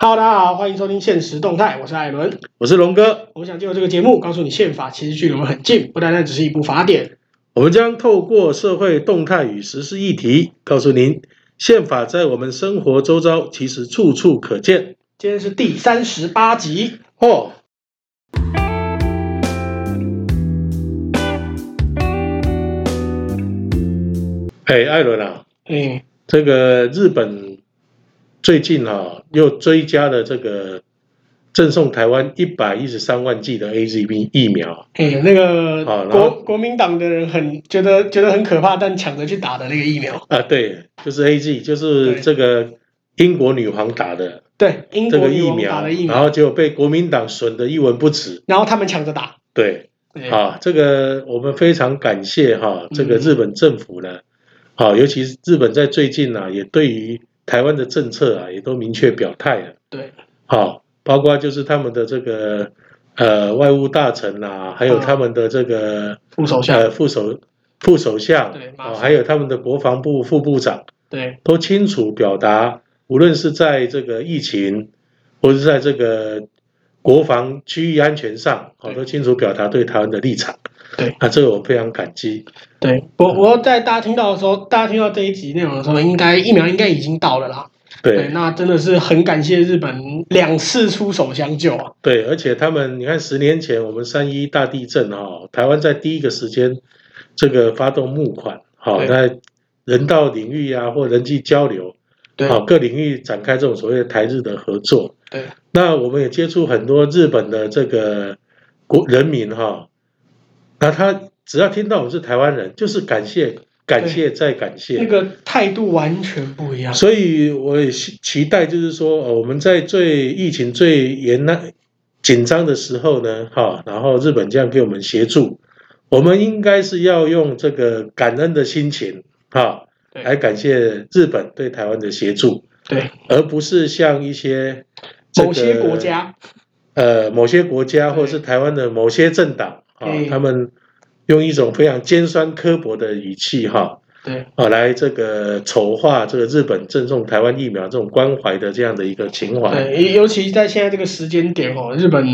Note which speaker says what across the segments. Speaker 1: Hello，大家好，欢迎收听《现实动态》，我是艾伦。
Speaker 2: 我是龙哥。
Speaker 1: 我们想借由这个节目，告诉你宪法其实距离我们很近，不单单只是一部法典。
Speaker 2: 我们将透过社会动态与时事议题，告诉您宪法在我们生活周遭其实处处可见。
Speaker 1: 今天是第三十八集，
Speaker 2: 哦，哎，艾伦啊，
Speaker 1: 哎，
Speaker 2: 这个日本最近啊又追加了这个赠送台湾一百一十三万剂的 A Z B 疫苗，
Speaker 1: 哎，那个
Speaker 2: 好然后
Speaker 1: 国国民党的人很觉得觉得很可怕，但抢着去打的那个疫苗，
Speaker 2: 啊，对，就是 A Z，就
Speaker 1: 对
Speaker 2: 是这个英国女皇打的。
Speaker 1: 对，英
Speaker 2: 这
Speaker 1: 国
Speaker 2: 个
Speaker 1: 女
Speaker 2: 疫
Speaker 1: 王打
Speaker 2: 苗
Speaker 1: 的疫，
Speaker 2: 然
Speaker 1: 苗，
Speaker 2: 后结果被国民党损得一文不值。
Speaker 1: 然后他们抢着打，
Speaker 2: 对，
Speaker 1: 对，
Speaker 2: 啊，这个我们非常感谢哈、这个
Speaker 1: 嗯
Speaker 2: 日本政府呢，啊，尤其是日本在最近呢、啊，也对于台湾的政策啊，也都明确表态了。
Speaker 1: 对，
Speaker 2: 好，包括就是他们的这个呃外务大臣啊，还有
Speaker 1: 嗯
Speaker 2: 他们的这个、
Speaker 1: 副首相，
Speaker 2: 呃副首副首相
Speaker 1: 对马
Speaker 2: 啊，
Speaker 1: 上
Speaker 2: 还有他们的国防部副部长。
Speaker 1: 对，
Speaker 2: 都清楚表达，无论是在这个疫情，或是在这个国防、区域安全上，
Speaker 1: 对
Speaker 2: 哦，都清楚表达对台湾的立场。
Speaker 1: 对，
Speaker 2: 啊，这个我们非常感激。
Speaker 1: 对我我在大家听到的时候，大家听到这一集内容的时候，应该疫苗应该已经到了啦，对，
Speaker 2: 对
Speaker 1: 那真的是很感谢日本两次出手相救啊，
Speaker 2: 对，而且他们，你看，十年前我们三一大地震哦，台湾在第一个时间这个发动募款，好、
Speaker 1: 对
Speaker 2: 在人道领域啊或人际交流，哦
Speaker 1: 对
Speaker 2: 好、各领域展开这种所谓的台日的合作。
Speaker 1: 对，
Speaker 2: 那我们也接触很多日本的这个国人民哈、那他只要听到我们是台湾人，就是感谢、感谢再感谢。
Speaker 1: 那个态度完全不一样。
Speaker 2: 所以我也期期待，就是说，呃，我们在最疫情最严难、紧张的时候呢，哈，然后日本这样给我们协助，我们应该是要用这个感恩的心情，哈，
Speaker 1: 对
Speaker 2: 来感谢日本对台湾的协助，
Speaker 1: 对，
Speaker 2: 而不是像一些、这个
Speaker 1: 某些国家，
Speaker 2: 呃某些国家
Speaker 1: 对
Speaker 2: 或者是台湾的某些政党啊
Speaker 1: 嗯，
Speaker 2: 他们用一种非常尖酸刻薄的语气哈
Speaker 1: 对
Speaker 2: 啊来这个丑化这个日本赠送台湾疫苗这种关怀的这样的一个情怀。
Speaker 1: 对，尤尤其在现在这个时间点哦，日本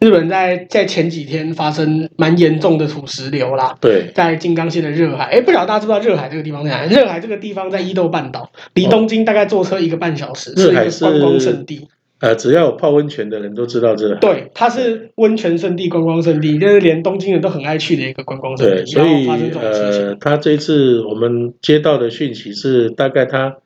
Speaker 1: 日本在在前几天发生蛮严重的土石流啦。
Speaker 2: 对
Speaker 1: 在静冈县的热海，哎，不晓得大家知不知道热海这个地方在哪里？热海这个地方在伊豆半岛，离
Speaker 2: 哦
Speaker 1: 东京大概坐车一个半小时，
Speaker 2: 热海
Speaker 1: 是一个观光
Speaker 2: 是
Speaker 1: 胜地。
Speaker 2: 呃，只要有泡温泉的人都知道这
Speaker 1: 对，它是温泉胜地、观光胜地，就是连东京人都很爱去的一个观光胜
Speaker 2: 对，
Speaker 1: 地。
Speaker 2: 所
Speaker 1: 然后
Speaker 2: 以
Speaker 1: 发生这种事情，
Speaker 2: 呃，他这一次我们接到的讯息是，大概他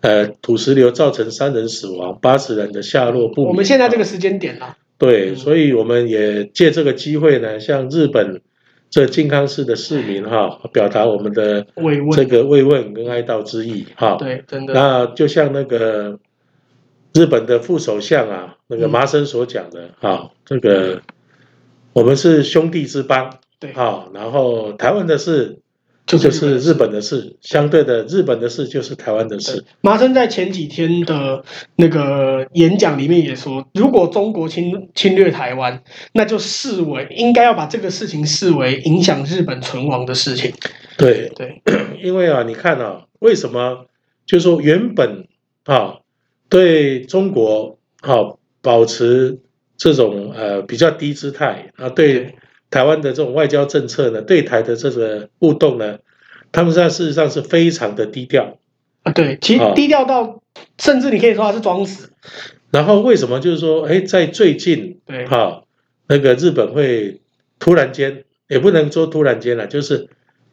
Speaker 2: 呃土石流造成三人死亡，八十人的下落不明。
Speaker 1: 我们现在这
Speaker 2: 啊
Speaker 1: 个时间点啦，
Speaker 2: 对，
Speaker 1: 嗯
Speaker 2: 所以我们也借这个机会呢，向日本这靖康市的市民哈，表达我们的
Speaker 1: 慰
Speaker 2: 这
Speaker 1: 问，
Speaker 2: 个慰问跟哀悼之意哈。
Speaker 1: 对，真的，
Speaker 2: 那就像那个日本的副首相啊，那个
Speaker 1: 嗯
Speaker 2: 麻生所讲的哈，这个我们是兄弟之邦，
Speaker 1: 对
Speaker 2: 哈，然后台湾的事
Speaker 1: 就
Speaker 2: 就是日本的事，相对的日本的事就是台湾的事
Speaker 1: 对，麻生在前几天的那个演讲里面也说，如果中国侵侵略台湾，那就视为应该要把这个事情视为影响日本存亡的事情。
Speaker 2: 对，
Speaker 1: 对，
Speaker 2: 因为啊，你看啊，为什么就是说原本啊对中国啊保持这种呃比较低姿态啊，对
Speaker 1: 对
Speaker 2: 台湾的这种外交政策呢，对台的这个互动呢，他们在事实上是非常的低调。
Speaker 1: 啊，对，其实
Speaker 2: 啊
Speaker 1: 低调到，甚至你可以说他是装死。
Speaker 2: 然后为什么就是说，哎，在最近
Speaker 1: 对，
Speaker 2: 啊，那个日本会突然间，也不能说突然间了，就是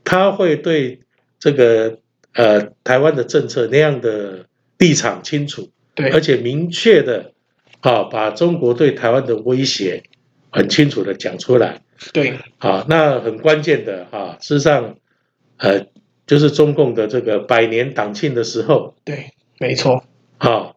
Speaker 2: 他会对这个呃台湾的政策那样的立场清楚，而
Speaker 1: 对，
Speaker 2: 且明确的啊，把中国对台湾的威胁很清楚的讲出来
Speaker 1: 对，
Speaker 2: 啊。那很关键的啊，事实上，呃，就是中共的这个百年党庆的时候
Speaker 1: 对，没错，
Speaker 2: 啊，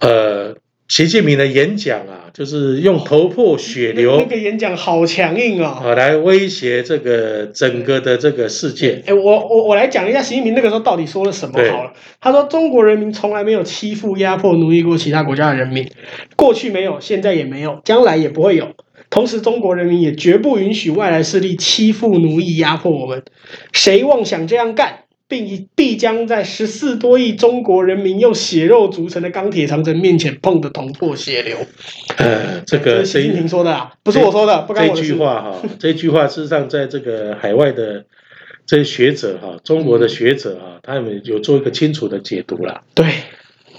Speaker 2: 呃，习近平的演讲啊，就是用头破血
Speaker 1: 那那
Speaker 2: 流
Speaker 1: 个演讲好强硬哦。
Speaker 2: 啊来威胁这个整个的这个世界。
Speaker 1: 哎，我我我来讲一下习近平那个时候到底说了什么
Speaker 2: 对
Speaker 1: 好了。他说中国人民从来没有欺负、压迫、奴役过其他国家的人民，过去没有，现在也没有，将来也不会有。同时，中国人民也绝不允许外来势力欺负、奴役、压迫我们。谁妄想这样干，必必将在十四多亿中国人民用血肉筑成的钢铁长城面前碰得头破血流。
Speaker 2: 呃，
Speaker 1: 这
Speaker 2: 这个
Speaker 1: 是习近
Speaker 2: 这
Speaker 1: 平说的啊，不是我说的，嗯不干
Speaker 2: 这
Speaker 1: 我的
Speaker 2: 句
Speaker 1: 事。
Speaker 2: 话 哈，这句话事实上在这个海外的这些学者哈，中国的学者啊，他们有做一个清楚的解读啦。
Speaker 1: 对，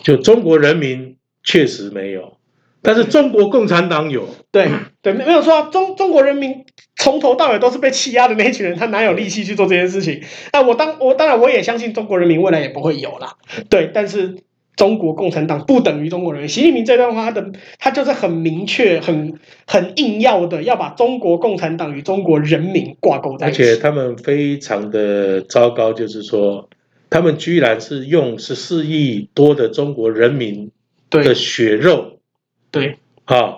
Speaker 2: 就中国人民确实没有，但是中国共产党有。
Speaker 1: 对对，没没有错、啊，中中国人民从头到尾都是被欺压的那一群人，他哪有力气去做这件事情？那我当我当然我也相信中国人民未来也不会有啦，对，但是中国共产党不等于中国人民。习近平这段话，他的他就是很明确、很很硬要的要把中国共产党与中国人民挂钩在
Speaker 2: 而
Speaker 1: 一起。
Speaker 2: 且他们非常的糟糕，就是说，他们居然是用十四亿多的中国人民的
Speaker 1: 对
Speaker 2: 血肉
Speaker 1: 对
Speaker 2: 啊，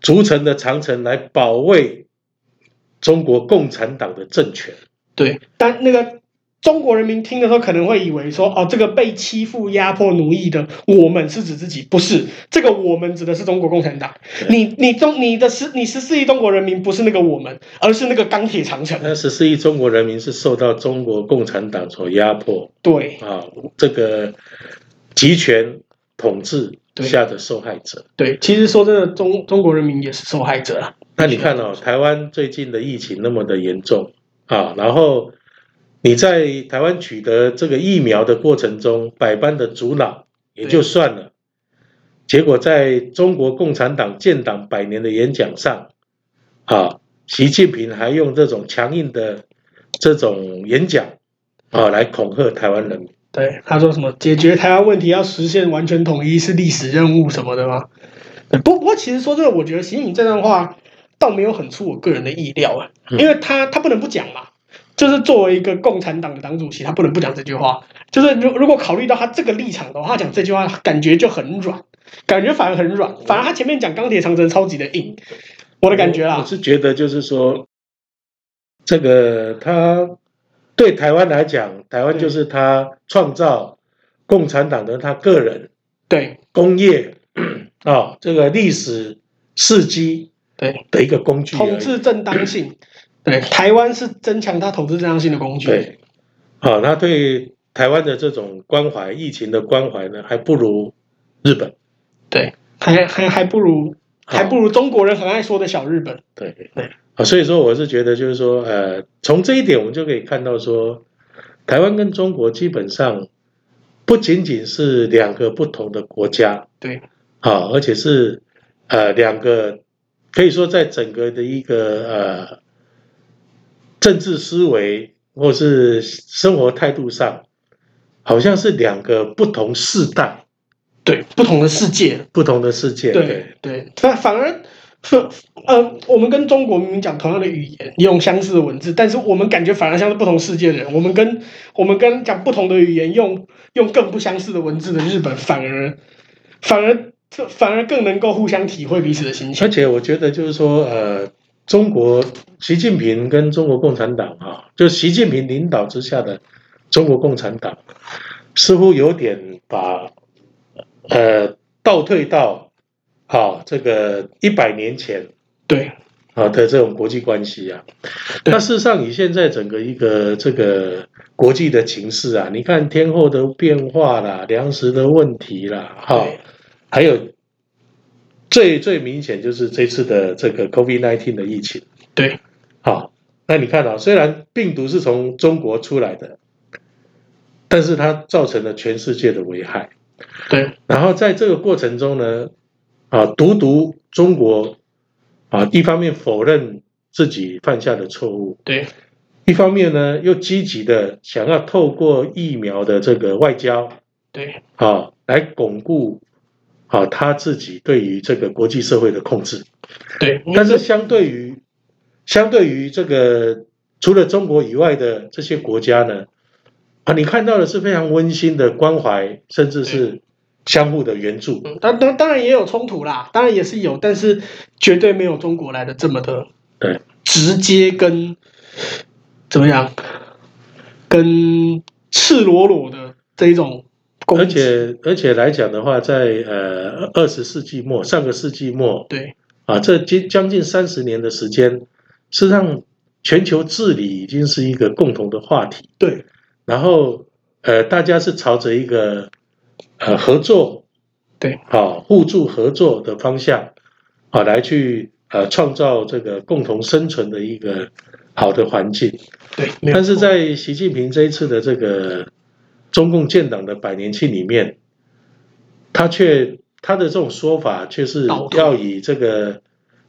Speaker 2: 筑成的长城来保卫中国共产党的政权。
Speaker 1: 对，但那个。中国人民听的时候可能会以为说，哦，这个被欺负、压迫、奴役的我们是指自己，不是这个我们指的是中国共产党。你你中你的十你十四亿中国人民不是那个我们，而是那个钢铁长城。
Speaker 2: 那十四亿中国人民是受到中国共产党所压迫
Speaker 1: 对
Speaker 2: 啊，这个集权统治
Speaker 1: 对
Speaker 2: 下的受害者。
Speaker 1: 对，其实说真的，中中国人民也是受害者啊。
Speaker 2: 那你看哦，台湾最近的疫情那么的严重啊，然后你在台湾取得这个疫苗的过程中，百般的阻挠也就算了，结果在中国共产党建党百年的演讲上，啊，习近平还用这种强硬的这种演讲啊来恐吓台湾人民。
Speaker 1: 对，他说什么解决台湾问题要实现完全统一是历史任务什么的吗？对不不过其实说真的，我觉得习近平这段话倒没有很出我个人的意料啊，
Speaker 2: 嗯
Speaker 1: 因为他他不能不讲嘛。就是作为一个共产党的党主席，他不能不讲这句话。就是如如果考虑到他这个立场的话，他讲这句话感觉就很软，感觉反而很软，反而他前面讲钢铁长城超级的硬，我的感觉
Speaker 2: 我
Speaker 1: 啦。
Speaker 2: 是觉得就是说，这个他对台湾来讲，台湾就是他创造共产党的他个人
Speaker 1: 对
Speaker 2: 工业 啊、这个历史事迹
Speaker 1: 对，
Speaker 2: 的一个工具而
Speaker 1: 统
Speaker 2: 已。
Speaker 1: 治正当性，对台湾是增强他统治正当性的工具。
Speaker 2: 对，好、那对台湾的这种关怀，疫情的关怀呢，还不如日本。
Speaker 1: 对，还还还不如
Speaker 2: 好
Speaker 1: 还不如中国人很爱说的小日本。
Speaker 2: 对
Speaker 1: 对
Speaker 2: 啊，所以说我是觉得就是说，呃，从这一点我们就可以看到说，台湾跟中国基本上不仅仅是两个不同的国家
Speaker 1: 对
Speaker 2: 啊，而且是呃两个可以说在整个的一个呃政治思维或是生活态度上，好像是两个不同世代、
Speaker 1: 对，不同的世界。
Speaker 2: 不同的世界。
Speaker 1: 对对，反反而。反呃，我们跟中国明明讲同样的语言，用相似的文字，但是我们感觉反而像是不同世界的人。我们跟我们跟讲不同的语言，用用更不相似的文字的日本，反而反而反而更能够互相体会彼此的心情
Speaker 2: 而。且我觉得就是说，呃，中国习近平跟中国共产党啊，就习近平领导之下的中国共产党，似乎有点把呃倒退到啊这个一百年前
Speaker 1: 对
Speaker 2: 啊的这种国际关系啊。
Speaker 1: 对
Speaker 2: 那事实上，你现在整个一个这个国际的情势啊，你看天后的变化啦，粮食的问题啦，哈、
Speaker 1: 对
Speaker 2: 还有最最明显就是这次的这个 COVID-19 的疫情。
Speaker 1: 对
Speaker 2: 好，那你看啊，虽然病毒是从中国出来的，但是它造成了全世界的危害。
Speaker 1: 对
Speaker 2: 然后在这个过程中呢，啊，独独中国啊，一方面否认自己犯下的错误，
Speaker 1: 对
Speaker 2: 一方面呢又积极的想要透过疫苗的这个外交
Speaker 1: 对
Speaker 2: 啊，来巩固啊他自己对于这个国际社会的控制。
Speaker 1: 对，
Speaker 2: 但是相对于相对于这个除了中国以外的这些国家呢，啊，你看到的是非常温馨的关怀，甚至是相互的援助。
Speaker 1: 嗯当当当然也有冲突啦，当然也是有，但是绝对没有中国来的这么的
Speaker 2: 对
Speaker 1: 直接跟怎么样，跟赤裸裸的这一种攻击。
Speaker 2: 而且而且来讲的话，在呃二十世纪末上个世纪末
Speaker 1: 对
Speaker 2: 啊，这近将近三十年的时间，事实际上全球治理已经是一个共同的话题。
Speaker 1: 对
Speaker 2: 然后呃，大家是朝着一个呃合作，
Speaker 1: 对，
Speaker 2: 好、互助合作的方向，啊、来去呃创造这个共同生存的一个好的环境。
Speaker 1: 对，没有
Speaker 2: 但是
Speaker 1: 错
Speaker 2: 在习近平这一次的这个中共建党的百年庆里面，他却他的这种说法却是
Speaker 1: 倒退
Speaker 2: 要以这个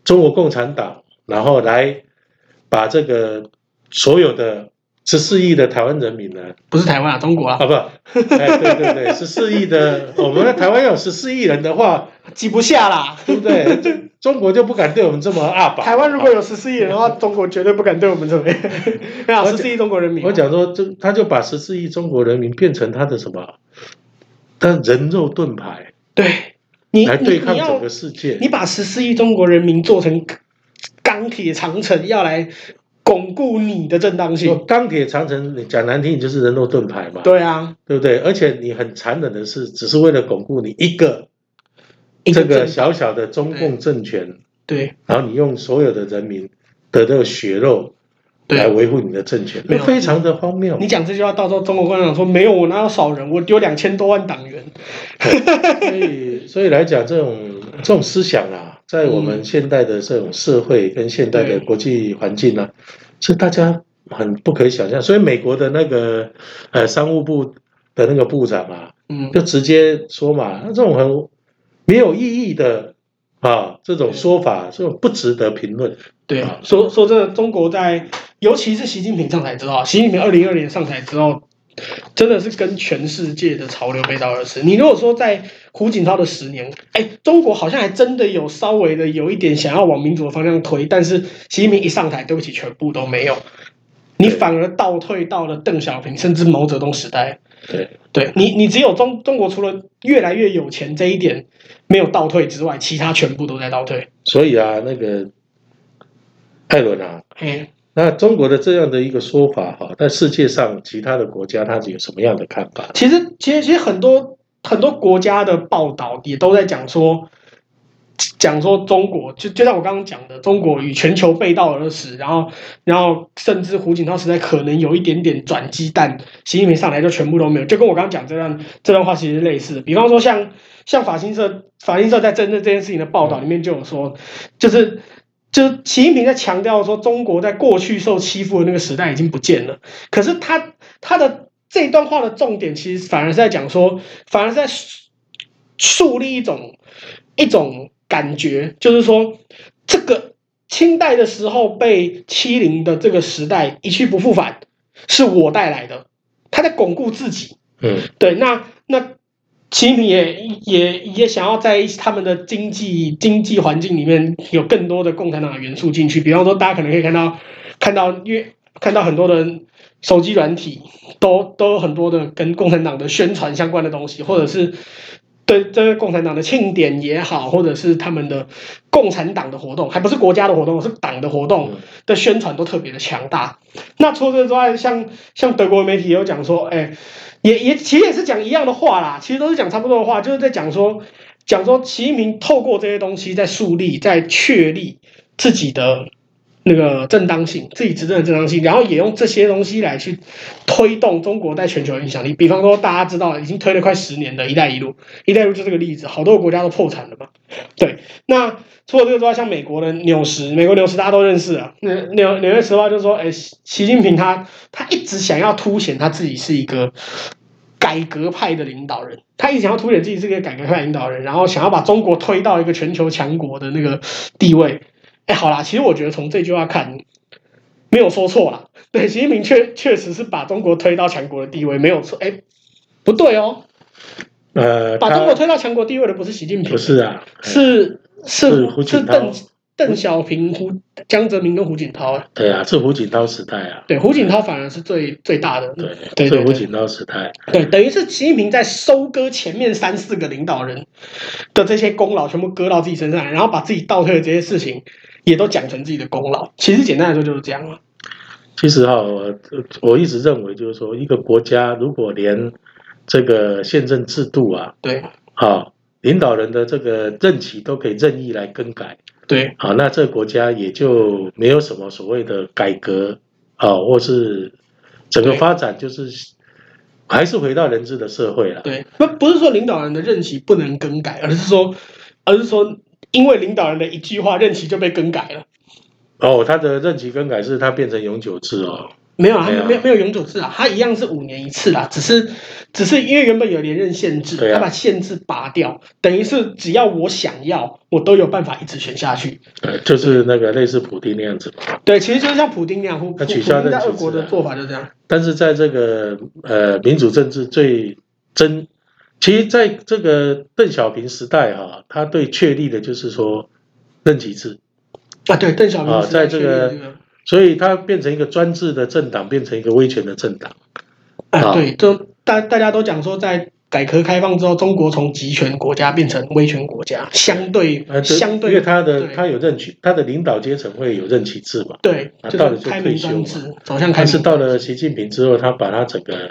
Speaker 2: 中国共产党，然后来把这个所有的十四亿的台湾人民呢，
Speaker 1: 不是台湾啊，中国 啊，
Speaker 2: 啊不，哎对对对，十四亿的我们的台湾有十四亿人的话，
Speaker 1: 挤不下啦。
Speaker 2: 对不对？就中国就不敢对我们这么阿吧。
Speaker 1: 台湾如果有十四亿人的话，中国绝对不敢对我们怎 么样。没有
Speaker 2: 我
Speaker 1: 十四亿中国人民啊，
Speaker 2: 我讲说，这他就把十四亿中国人民变成他的什么？他人肉盾牌
Speaker 1: 对你
Speaker 2: 来对抗
Speaker 1: 你你
Speaker 2: 整
Speaker 1: 要
Speaker 2: 个世界。
Speaker 1: 你把十四亿中国人民做成钢铁长城，要来巩固你的正当
Speaker 2: 说
Speaker 1: 性。
Speaker 2: 钢铁长城，你讲难听，你就是人肉盾牌嘛，
Speaker 1: 对啊，
Speaker 2: 对不对？而且你很残忍的是，只是为了巩固你一个
Speaker 1: 一
Speaker 2: 这个
Speaker 1: 正
Speaker 2: 小小的中共政权，
Speaker 1: 对
Speaker 2: 然后你用所有的人民的这个血肉来
Speaker 1: 对，
Speaker 2: 维护你的政权，
Speaker 1: 没
Speaker 2: 那
Speaker 1: 有
Speaker 2: 非常的荒谬
Speaker 1: 你。讲这句话，到时候中国共产党说没有，我哪有少人，我丢两千多万党员。
Speaker 2: 所以，所以来讲，这种这种思想啊，在我们现代的这种社会跟现代的
Speaker 1: 对
Speaker 2: 国际环境呢、是大家很不可以想象。所以，美国的那个呃商务部的那个部长啊，
Speaker 1: 嗯，
Speaker 2: 就直接说嘛，那这种很没有意义的啊这种说法，这种不值得评论。
Speaker 1: 对
Speaker 2: 啊，
Speaker 1: 说说真的，中国在，尤其是习近平上台之后，习近平二零二年上台之后，真的是跟全世界的潮流背道而驰。你如果说在胡锦涛的十年，哎，中国好像还真的有稍微的有一点想要往民主的方向推，但是习近平一上台，对不起，全部都没有。你
Speaker 2: 对
Speaker 1: 反而倒退到了邓小平甚至毛泽东时代，
Speaker 2: 对，
Speaker 1: 对你，你只有中中国除了越来越有钱这一点没有倒退之外，其他全部都在倒退。
Speaker 2: 所以啊，那个艾伦啊，
Speaker 1: 哎，
Speaker 2: 那中国的这样的一个说法哈、在世界上其他的国家，他有什么样的看法？
Speaker 1: 其实，其实，其实很多很多国家的报道也都在讲说，讲说中国，就就像我刚刚讲的，中国与全球背道而驰，然后，然后甚至胡锦涛时代可能有一点点转机，但习近平上来就全部都没有，就跟我刚刚讲这段这段话其实类似的。比方说像像法新社，法新社在针对这件事情的报道里面就有说，就是。就是习近平在强调说，中国在过去受欺负的那个时代已经不见了。可是他他的这段话的重点，其实反而是在讲说，反而是在树树立一种一种感觉，就是说，这个清代的时候被欺凌的这个时代一去不复返，是我带来的。他在巩固自己，
Speaker 2: 嗯。
Speaker 1: 对，那那习近平也也也想要在他们的经济经济环境里面有更多的共产党的元素进去，比方说大家可能可以看到看到因为看到很多的手机软体都都有很多的跟共产党的宣传相关的东西，或者是。对，这个共产党的庆典也好，或者是他们的共产党的活动，还不是国家的活动，是党的活动的宣传都特别的强大。那除了这之外，像像德国媒体也有讲说，哎，也也其实也是讲一样的话啦，其实都是讲差不多的话，就是在讲说讲说习近平透过这些东西在树立、在确立自己的那个正当性，自己执政的正当性，然后也用这些东西来去推动中国在全球的影响力。比方说，大家知道已经推了快十年的一带一路，一带一路就是这个例子，好多国家都破产了嘛。对，那除了这个之外，像美国的纽时，美国纽时大家都认识啊。那纽纽约时报就说，哎，习习近平他他一直想要凸显他自己是一个改革派的领导人，他一直想要凸显自己是一个改革派领导人，然后想要把中国推到一个全球强国的那个地位。哎，好啦，其实我觉得从这句话看，没有说错啦。 对，习近平确确实是把中国推到强国的地位，没有错。哎，不对哦，哎
Speaker 2: 呃，
Speaker 1: 把
Speaker 2: 他
Speaker 1: 中国推到强国地位的不是习近平，
Speaker 2: 不是啊，
Speaker 1: 是是
Speaker 2: 是胡
Speaker 1: 是
Speaker 2: 锦涛
Speaker 1: 邓邓小平、胡江泽民跟胡锦涛啊。
Speaker 2: 对啊，是胡锦涛时代啊，
Speaker 1: 对，胡锦涛反而是最最大的。
Speaker 2: 对，
Speaker 1: 嗯对
Speaker 2: 是
Speaker 1: 对
Speaker 2: 胡
Speaker 1: 对
Speaker 2: 锦涛时代，
Speaker 1: 对，等于是习近平在收割前面三四个领导人的这些功劳，全部割到自己身上来，然后把自己倒退的这些事情也都讲成自己的功劳。其实简单来说就是这样了。啊
Speaker 2: 其实哈、我我一直认为就是说，一个国家如果连这个宪政制度啊，
Speaker 1: 对
Speaker 2: 啊、领导人的这个任期都可以任意来更改，
Speaker 1: 对
Speaker 2: 啊，那这个国家也就没有什么所谓的改革啊，或是整个
Speaker 1: 对
Speaker 2: 发展就是还是回到人治的社会了。
Speaker 1: 对，那不是说领导人的任期不能更改，而是说，而是说，因为领导人的一句话，任期就被更改了。
Speaker 2: 哦，他的任期更改是他变成永久制哦。
Speaker 1: 没有啊，
Speaker 2: 没有
Speaker 1: 他没有没有永久制啊，他一样是五年一次啦，只是只是因为原本有连任限制，
Speaker 2: 对啊
Speaker 1: 他把限制拔掉，等于是只要我想要，我都有办法一直选下去。
Speaker 2: 对，就是那个类似普丁那样子嘛。
Speaker 1: 对，其实就像普丁那样，普普普
Speaker 2: 那取
Speaker 1: 丁
Speaker 2: 消
Speaker 1: 在
Speaker 2: 任期
Speaker 1: 俄国的
Speaker 2: 制啊
Speaker 1: 做法就这样。
Speaker 2: 但是在这个呃民主政治最真，其实在这个邓小平时代哈、他对确立的就是说任期制，
Speaker 1: 啊，对，邓小平
Speaker 2: 啊
Speaker 1: 时代
Speaker 2: 在这
Speaker 1: 确立了
Speaker 2: 个所以他变成一个专制的政党，变成一个威权的政党。
Speaker 1: 啊，
Speaker 2: 啊
Speaker 1: 对，就大大家都讲说，在改革开放之后，中国从集权国家变成威权国家，相对
Speaker 2: 呃，这
Speaker 1: 相
Speaker 2: 因为
Speaker 1: 对
Speaker 2: 他的
Speaker 1: 对
Speaker 2: 他有任期，他的领导阶层会有任期制嘛。
Speaker 1: 对，
Speaker 2: 啊
Speaker 1: 就
Speaker 2: 到了
Speaker 1: 是
Speaker 2: 就
Speaker 1: 开明
Speaker 2: 退休
Speaker 1: 专
Speaker 2: 嘛
Speaker 1: 制走向开
Speaker 2: 但是
Speaker 1: 明，
Speaker 2: 到了习近平之后，他把他整个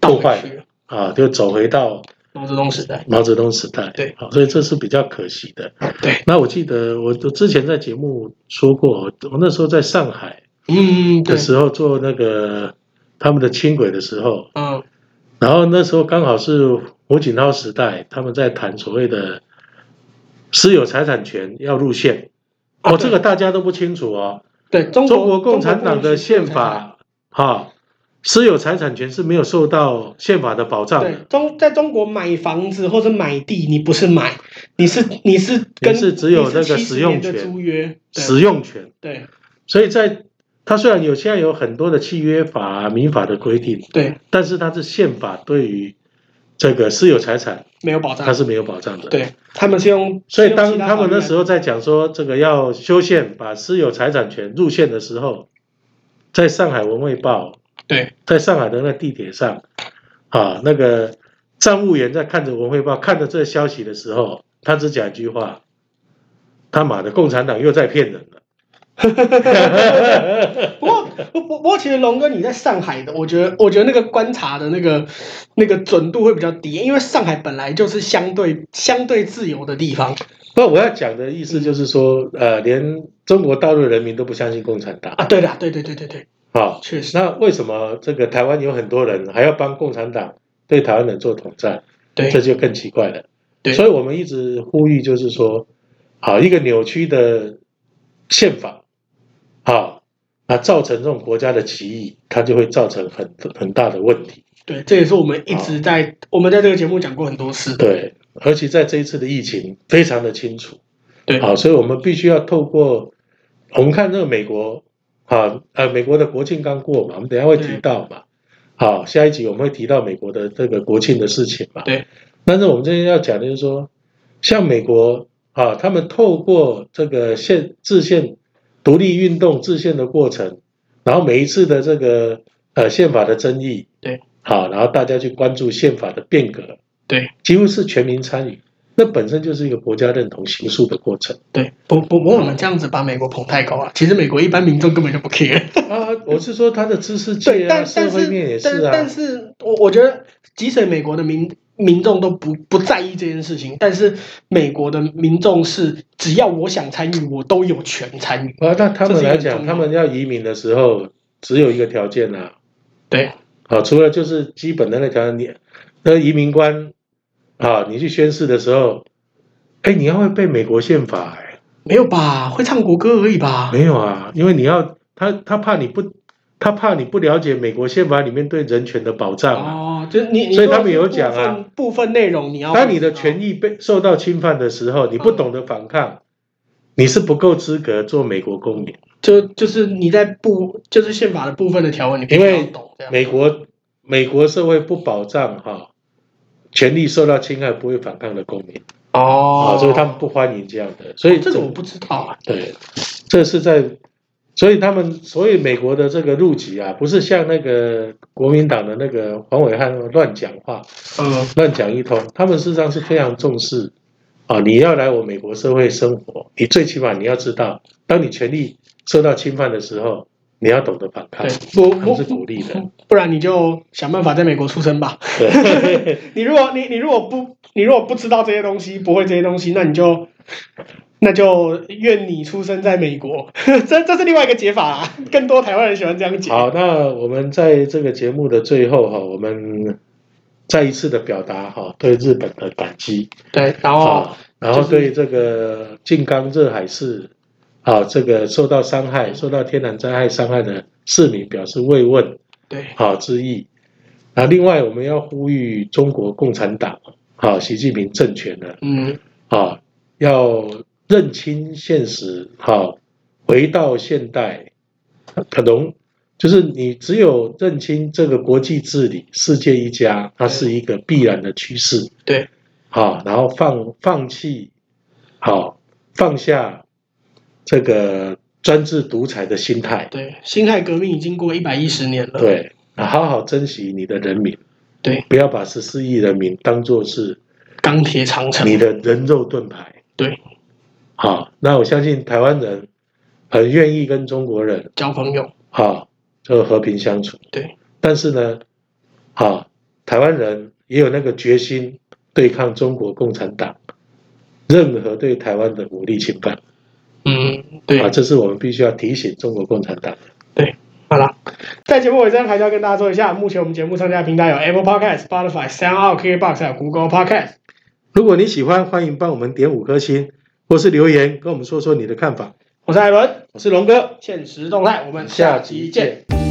Speaker 1: 倒
Speaker 2: 破
Speaker 1: 回
Speaker 2: 坏
Speaker 1: 去了
Speaker 2: 啊，就走回到
Speaker 1: 毛泽东时代。
Speaker 2: 毛泽东时代。
Speaker 1: 对
Speaker 2: 好，所以这是比较可惜的。
Speaker 1: 对，
Speaker 2: 那我记得我我之前在节目说过，我那时候在上海
Speaker 1: 嗯，对
Speaker 2: 的，时候做那个他们的轻轨的时候，
Speaker 1: 嗯，
Speaker 2: 然后那时候刚好是胡锦涛时代，他们在谈所谓的私有财产权要入宪，
Speaker 1: 啊
Speaker 2: 哦，
Speaker 1: 对
Speaker 2: 这个大家都不清楚哦。
Speaker 1: 对，中
Speaker 2: 中
Speaker 1: 国
Speaker 2: 国共产党的宪，法哈、私有财产权是没有受到宪法的保
Speaker 1: 中国
Speaker 2: 障
Speaker 1: 不能去
Speaker 2: 的
Speaker 1: 对，中在中国买房子或者买地，你不是买，你是你是跟
Speaker 2: 你嗯是只有
Speaker 1: 你是
Speaker 2: 那个
Speaker 1: 70
Speaker 2: 使用
Speaker 1: 年的
Speaker 2: 权
Speaker 1: 租约，对
Speaker 2: 使用权。
Speaker 1: 对
Speaker 2: 所以在它虽然有现在有很多的契约法、啊、民法的规定，
Speaker 1: 对，
Speaker 2: 但是它是宪法对于这个私有财产
Speaker 1: 没有保
Speaker 2: 它
Speaker 1: 障，
Speaker 2: 是没有保障的。，
Speaker 1: 对他们是用，
Speaker 2: 所以
Speaker 1: 是用
Speaker 2: 当
Speaker 1: 其
Speaker 2: 他们那时
Speaker 1: 法律
Speaker 2: 候在讲说这个要修宪，把私有财产权入宪的时候，在上海文汇报，
Speaker 1: 来对
Speaker 2: 在上海的那地铁上，啊，那个站务员在看着文汇报，看着这消息的时候，他只讲一句话：“他妈的，共产党又在骗人了。
Speaker 1: 不过，不不不过，其实龙哥你在上海的，我觉得，我觉得那个观察的那个那个准度会比较低，因为上海本来就是相对相对自由的地方”
Speaker 2: 不，我要讲的意思就是说，呃，连中国大陆人民都不相信共产党
Speaker 1: 啊。对的，对对对对对，
Speaker 2: 啊。
Speaker 1: 确实，
Speaker 2: 那为什么这个台湾有很多人还要帮共产党对台湾人做统战？
Speaker 1: 对
Speaker 2: 这就更奇怪了。
Speaker 1: 对
Speaker 2: 所以我们一直呼吁，就是说，好一个扭曲的宪法，啊，啊，造成这种国家的歧义，它就会造成很很大的问题。
Speaker 1: 对，这也是我们一直在我们在这个节目讲过很多次的，
Speaker 2: 对，而且在这一次的疫情非常的清楚。
Speaker 1: 对
Speaker 2: 好，所以我们必须要透过我们看这个美国啊，呃，美国的国庆刚过嘛，我们等一下会提到嘛。好，下一集我们会提到美国的这个国庆的事情嘛。
Speaker 1: 对。
Speaker 2: 但是我们这边要讲的就是说，像美国啊，他们透过这个宪制宪独立运动制宪的过程，然后每一次的这个呃宪法的争议，
Speaker 1: 对，
Speaker 2: 好，然后大家去关注宪法的变革，
Speaker 1: 对
Speaker 2: 几乎是全民参与，那本身就是一个国家认同形塑的过程
Speaker 1: 对，不不不过我们这样子把美国捧太高了，其实美国一般民众根本就不 care。
Speaker 2: 啊！我是说它的知识
Speaker 1: 对，
Speaker 2: 界啊，
Speaker 1: 但
Speaker 2: 社
Speaker 1: 但
Speaker 2: 会面也
Speaker 1: 是但
Speaker 2: 是
Speaker 1: 但
Speaker 2: 啊，
Speaker 1: 是我我觉得，即使美国的民民众都不不在意这件事情，但是美国的民众是只要我想参与，我都有权参与。
Speaker 2: 啊，那他
Speaker 1: 这
Speaker 2: 们
Speaker 1: 是一个
Speaker 2: 来
Speaker 1: 重
Speaker 2: 讲，
Speaker 1: 要
Speaker 2: 他们要移民的时候，只有一个条件啊，
Speaker 1: 对
Speaker 2: 啊，除了就是基本的那条，你那移民官啊，你去宣誓的时候，哎，你要会背美国宪法、哎，
Speaker 1: 没有吧？会唱国歌而已吧？
Speaker 2: 没有啊，因为你要他他怕你不他怕你不了解美国宪法里面对人权的保障啊。
Speaker 1: 哦，就是你，你
Speaker 2: 所以他
Speaker 1: 说
Speaker 2: 们
Speaker 1: 是
Speaker 2: 有
Speaker 1: 部
Speaker 2: 讲啊
Speaker 1: 分，部分内容你要啊
Speaker 2: 当你的
Speaker 1: 益
Speaker 2: 权益被受到侵犯的时候，你不懂得反抗，你是不够资格做美国公民。
Speaker 1: 就就是你在部就是宪法的部分的条文，你必须
Speaker 2: 因为
Speaker 1: 要懂这样。
Speaker 2: 美国美国社会不保障哈、权利受到侵害不会反抗的公民啊、
Speaker 1: 哦
Speaker 2: 所以他们不欢迎这样的。所以
Speaker 1: 这个
Speaker 2: 整
Speaker 1: 我不知道啊。
Speaker 2: 对，这是在，所以他们，所以美国的这个入籍啊，不是像那个国民党的那个黄伟汉乱讲话，
Speaker 1: 嗯，
Speaker 2: 乱讲一通，他们事实上是非常重视啊，你要来我美国社会生活，你最起码你要知道，当你权利受到侵犯的时候，你要懂得反抗
Speaker 1: 对，，我
Speaker 2: 他
Speaker 1: 我
Speaker 2: 们是鼓励的。
Speaker 1: 啊不然你就想办法在美国出生 吧。
Speaker 2: 对
Speaker 1: 你如果你你如果不你如果不知道这些东西，不会这些东西，那你就那就愿你出生在美国。 这这是另外一个解法 啊，更多台湾人喜欢这样解。
Speaker 2: 好，那我们在这个节目的最后哈，我们再一次的表达哈、对日本的感激
Speaker 1: 对，然
Speaker 2: 啊、
Speaker 1: 后
Speaker 2: 然后
Speaker 1: 就是
Speaker 2: 对这个静冈热海市啊、这个受到伤害、受到天然灾害伤害的市民表示慰问
Speaker 1: 对
Speaker 2: 好之意。啊，另外我们要呼吁中国共产党啊，习近平政权呢
Speaker 1: 嗯
Speaker 2: 啊，要认清现实，好、回到现代，可能就是你只有认清这个国际治理，世界一家，它是一个必然的趋势，
Speaker 1: 对
Speaker 2: 好、然后放放弃，好、放下这个专制独裁的心态，
Speaker 1: 对，辛亥革命已经过一百一十年了，
Speaker 2: 对，好好珍惜你的人民，
Speaker 1: 对，
Speaker 2: 不要把十四亿人民当做是
Speaker 1: 钢铁长城，
Speaker 2: 你的人肉盾牌。
Speaker 1: 对，
Speaker 2: 好，那我相信台湾人很愿意跟中国人
Speaker 1: 交朋友，
Speaker 2: 啊，就和平相处。
Speaker 1: 对，
Speaker 2: 但是呢，啊，台湾人也有那个决心对抗中国共产党任何对台湾的武力侵犯
Speaker 1: 嗯，对
Speaker 2: 啊，，这是我们必须要提醒中国共产党。
Speaker 1: 好啦，在节目尾声还是要跟大家说一下，目前我们节目上架的平台有 Apple Podcast、Spotify、Sound、KKBox 还有 Google Podcast。
Speaker 2: 如果你喜欢，欢迎帮我们点五颗星，或是留言跟我们说说你的看法。
Speaker 1: 我是艾伦，
Speaker 2: 我是龙哥，
Speaker 1: 现实动态，我们下集见。
Speaker 2: 下集见